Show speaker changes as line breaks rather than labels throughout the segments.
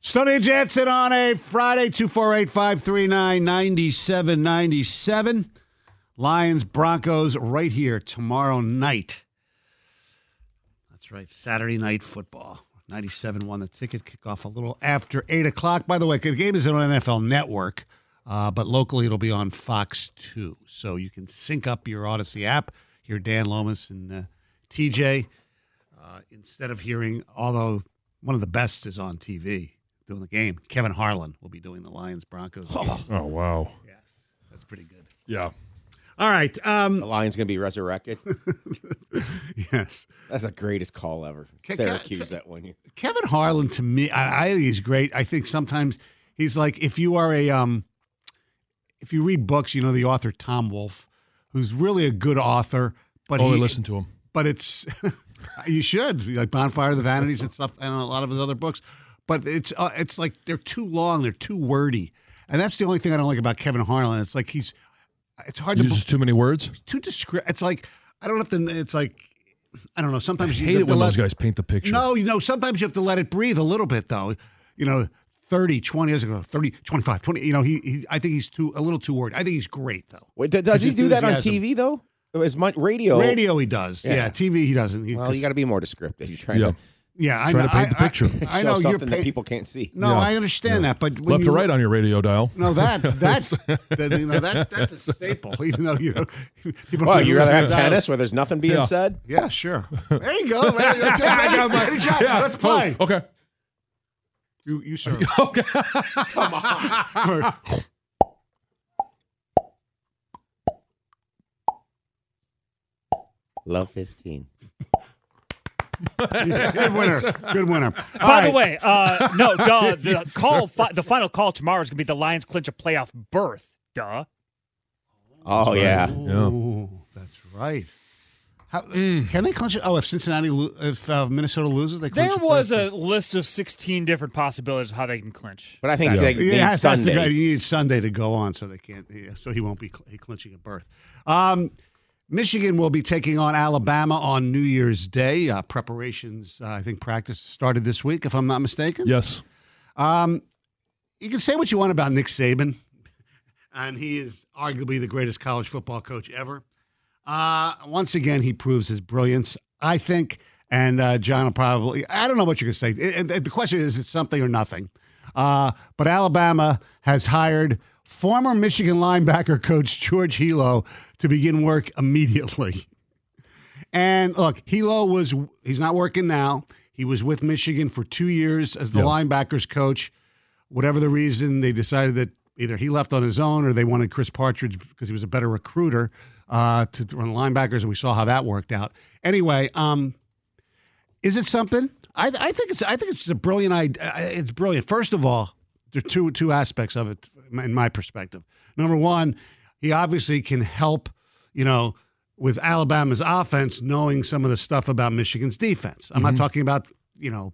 Stoney and Jansen on a Friday, 248 539 9797. Lions, Broncos right here tomorrow night. That's right, Saturday night football. 97 won the ticket kickoff a little after 8 o'clock. By the way, the game is on NFL Network, uh, but locally it'll be on Fox 2. So you can sync up your Odyssey app, hear Dan Lomas and uh, TJ uh, instead of hearing, although one of the best is on TV doing the game. Kevin Harlan will be doing the Lions Broncos. game.
Oh wow.
Yes, that's pretty good.
Yeah.
All right.
The
Um,
Lions going to be resurrected.
yes.
That's the greatest call ever.
Kick-
Syracuse that one year.
Kevin Harlan to me, I, I think he's great. I think sometimes he's like if you are a um, if you read books, you know the author Tom Wolfe, who's really a good author, but
Only
he,
listen to him.
but it's you should like Bonfire of the Vanities and stuff, and a lot of his other books. But it's uh, it's like they're too long, they're too wordy, and that's the only thing I don't like about Kevin Harlan. It's like he's it's hard to
Uses too many words.
too descri- It's like I don't have to. It's like I don't know.
I
Sometimes you
hate
have
it
to
when
let-
those guys paint the picture.
no, you know, sometimes you have to let it breathe a little bit, though. You know, 30, 20 years ago, 30, 25, 20, you know, he, he I think he's too, a little too worried. I think he's great, though.
Wait, d- does he
His
do that on
enthusiasm.
TV, though? As much radio.
Radio, he does. Yeah.
Yeah.
TV, he doesn't. He-
Well, you got to be more descriptive. You're trying
Yeah.
to
yeah, I know.
trying to paint
I-
the picture.
I, I
show
know you're
something that
paint-
people can't see.
No,
Yeah.
I understand that, but when
Left
you
to right on your radio dial.
No, that that's that, you know that's that's a staple. Even though you know, people
Well,
don't
you rather
listen to
have
dials.
tennis where there's nothing being
Yeah.
said?
Yeah, sure. There you go. There you go. Take
I got
that.
my-
Any shot.
yeah.
Let's play.
Oh, okay.
You you serve.
Okay.
Love 15.
Good winner. Good winner. All
By
right.
the way, uh, no, duh. The call, fi- the final call tomorrow is going to be the Lions clinch a playoff berth. Duh.
Oh, yeah.
Yeah. Mm.
Ooh, that's right. How, Can they clinch it? Oh, if Cincinnati, lo- if uh, Minnesota loses, they clinch
There
it
was
first.
a list of 16 different possibilities of how they can clinch.
But I think
Yeah.
they
Yeah,
need
it has- has to
Sunday.
go- you need Sunday to go on, so they can't. Yeah, so he won't be cl- he clinching a berth. Um, Michigan will be taking on Alabama on New Year's Day. Uh, preparations, uh, I think, practice started this week, if I'm not mistaken.
Yes.
You can say what you want about Nick Saban, and he is arguably the greatest college football coach ever. Uh, once again, he proves his brilliance, I think. And uh, John will probably, I don't know what you're going to say. It- it- the question is, it's something or nothing. Uh, but Alabama has hired former Michigan linebacker coach George Hilo to begin work immediately. And look, Hilo was, he's not working now. He was with Michigan for two years as the linebackers coach. Whatever the reason, they decided that either he left on his own or they wanted Chris Partridge because he was a better recruiter uh, to run linebackers. And we saw how that worked out. Anyway, um, is it something? I, I think it's. I think it's a brilliant idea. It's brilliant. First of all, there are two two aspects of it in my perspective. Number one, he obviously can help. You know, with Alabama's offense, knowing some of the stuff about Michigan's defense. I'm
Mm-hmm.
not talking about you know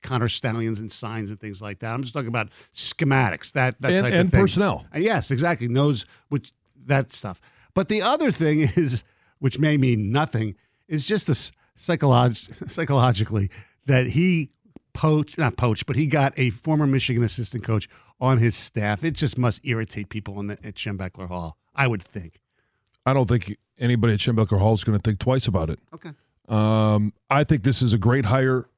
Connor Stallions and signs and things like that. I'm just talking about schematics. That that
And,
type
and
of thing.
personnel.
Uh, Yes, exactly. Knows which that stuff. But the other thing is, which may mean nothing, is just this psycholog- psychologically that he poached, not poached, but he got a former Michigan assistant coach on his staff. It just must irritate people in the, at Schembeckler Hall, I would think.
I don't think anybody at Schembecker Hall is going to think twice about it.
Okay.
Um, I think this is a great hire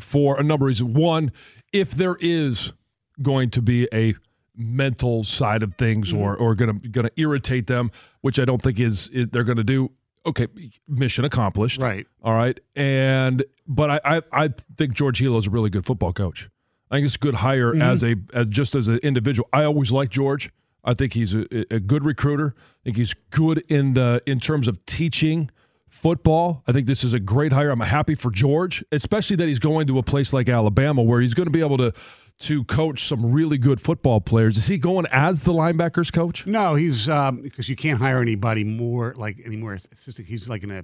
for a number of reasons. One, if there is going to be a mental side of things
Mm.
or or going to going to irritate them, which I don't think is, is they're going to do. Okay, mission accomplished.
Right.
All right. And but I I, I think George Hilo is a really good football coach. I think it's a good hire as a as just as an individual. I always like George. I think he's a, a good recruiter. I think he's good in the in terms of teaching football. I think this is a great hire. I'm happy for George, especially that he's going to a place like Alabama where he's going to be able to to coach some really good football players. Is he going as the linebackers coach?
No, he's um, because you can't hire anybody more like any more assistant. He's like an uh,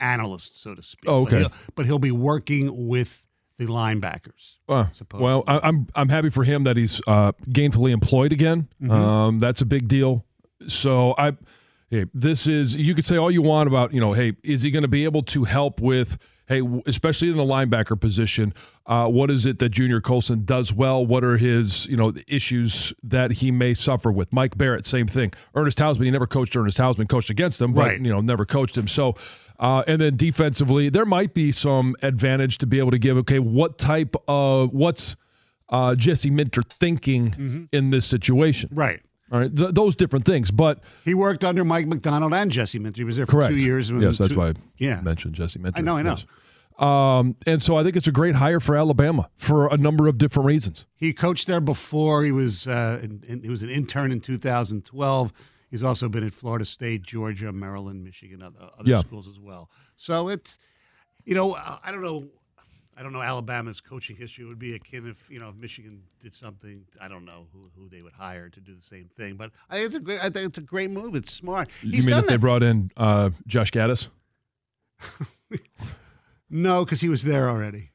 analyst, so to speak.
Oh, okay.
But he'll, but he'll be working with the linebackers.
Uh,
Supposedly.
well, I, I'm I'm happy for him that he's uh, gainfully employed again.
Mm-hmm.
Um, that's a big deal. So I, hey, this is you could say all you want about you know, hey, is he going to be able to help with hey, w- especially in the linebacker position? Uh, what is it that Junior Colson does well? What are his you know the issues that he may suffer with? Mike Barrett, same thing. Ernest Hausman, he never coached Ernest Hausman, coached against him, but
Right.
you know never coached him. So. Uh, and then defensively, there might be some advantage to be able to give. Okay, what type of what's uh, Jesse Minter thinking in this situation?
Right.
All right, th- those different things. But
He worked under Mike McDonald and Jesse Minter. He was there for
correct,
two years. and
Yes, that's
two-
why I
Yeah.
mentioned Jesse Minter.
I know, I know.
Yes. Um, and so I think it's a great hire for Alabama for a number of different reasons.
He coached there before. He was uh, in, in- he was an intern in 2012. He's also been at Florida State, Georgia, Maryland, Michigan, other, other
Yeah.
schools as well. So it's, you know, I I don't know, I don't know Alabama's coaching history. It would be akin if you know if Michigan did something. I don't know who, who they would hire to do the same thing. But I think it's a great, I think it's a great move. It's smart.
You
He's
mean
done
if they
that-
brought in uh, Josh Gaddis?
no, because he was there already.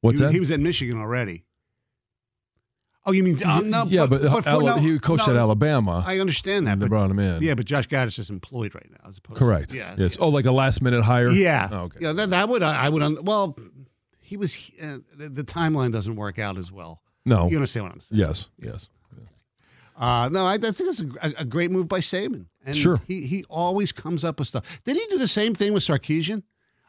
What's
he,
that?
He was at Michigan already. Oh, you mean uh, no?
yeah, but,
but, for-
Ala-
no,
he coached
no,
at Alabama.
I understand that,
and they
but
brought him in.
yeah, but Josh Gaddis is employed right now, as opposed.
correct.
Yeah.
yes. Oh, like a last minute hire.
Yeah.
Oh, okay.
Yeah. That, that would I would un- well, he was uh, the, the timeline doesn't work out as well.
No.
You understand what I'm saying?
Yes. Yes.
Uh, no, I, I think it's a, gr- a great move by Saban. And
Sure.
He he always comes up with stuff. Did he do the same thing with Sarkeesian?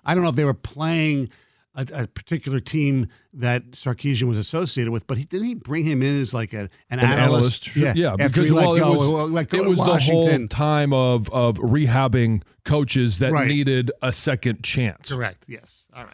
I don't know if they were playing a, a particular team that Sarkeesian was associated with, but he, didn't he bring him in as like a, an, analyst?
sure. yeah.
After
Because
he let
well,
go,
it was,
well, let go
it
to
was the whole
Washington.
time of of rehabbing coaches that
Right.
needed a second chance.
Correct. Yes. All right.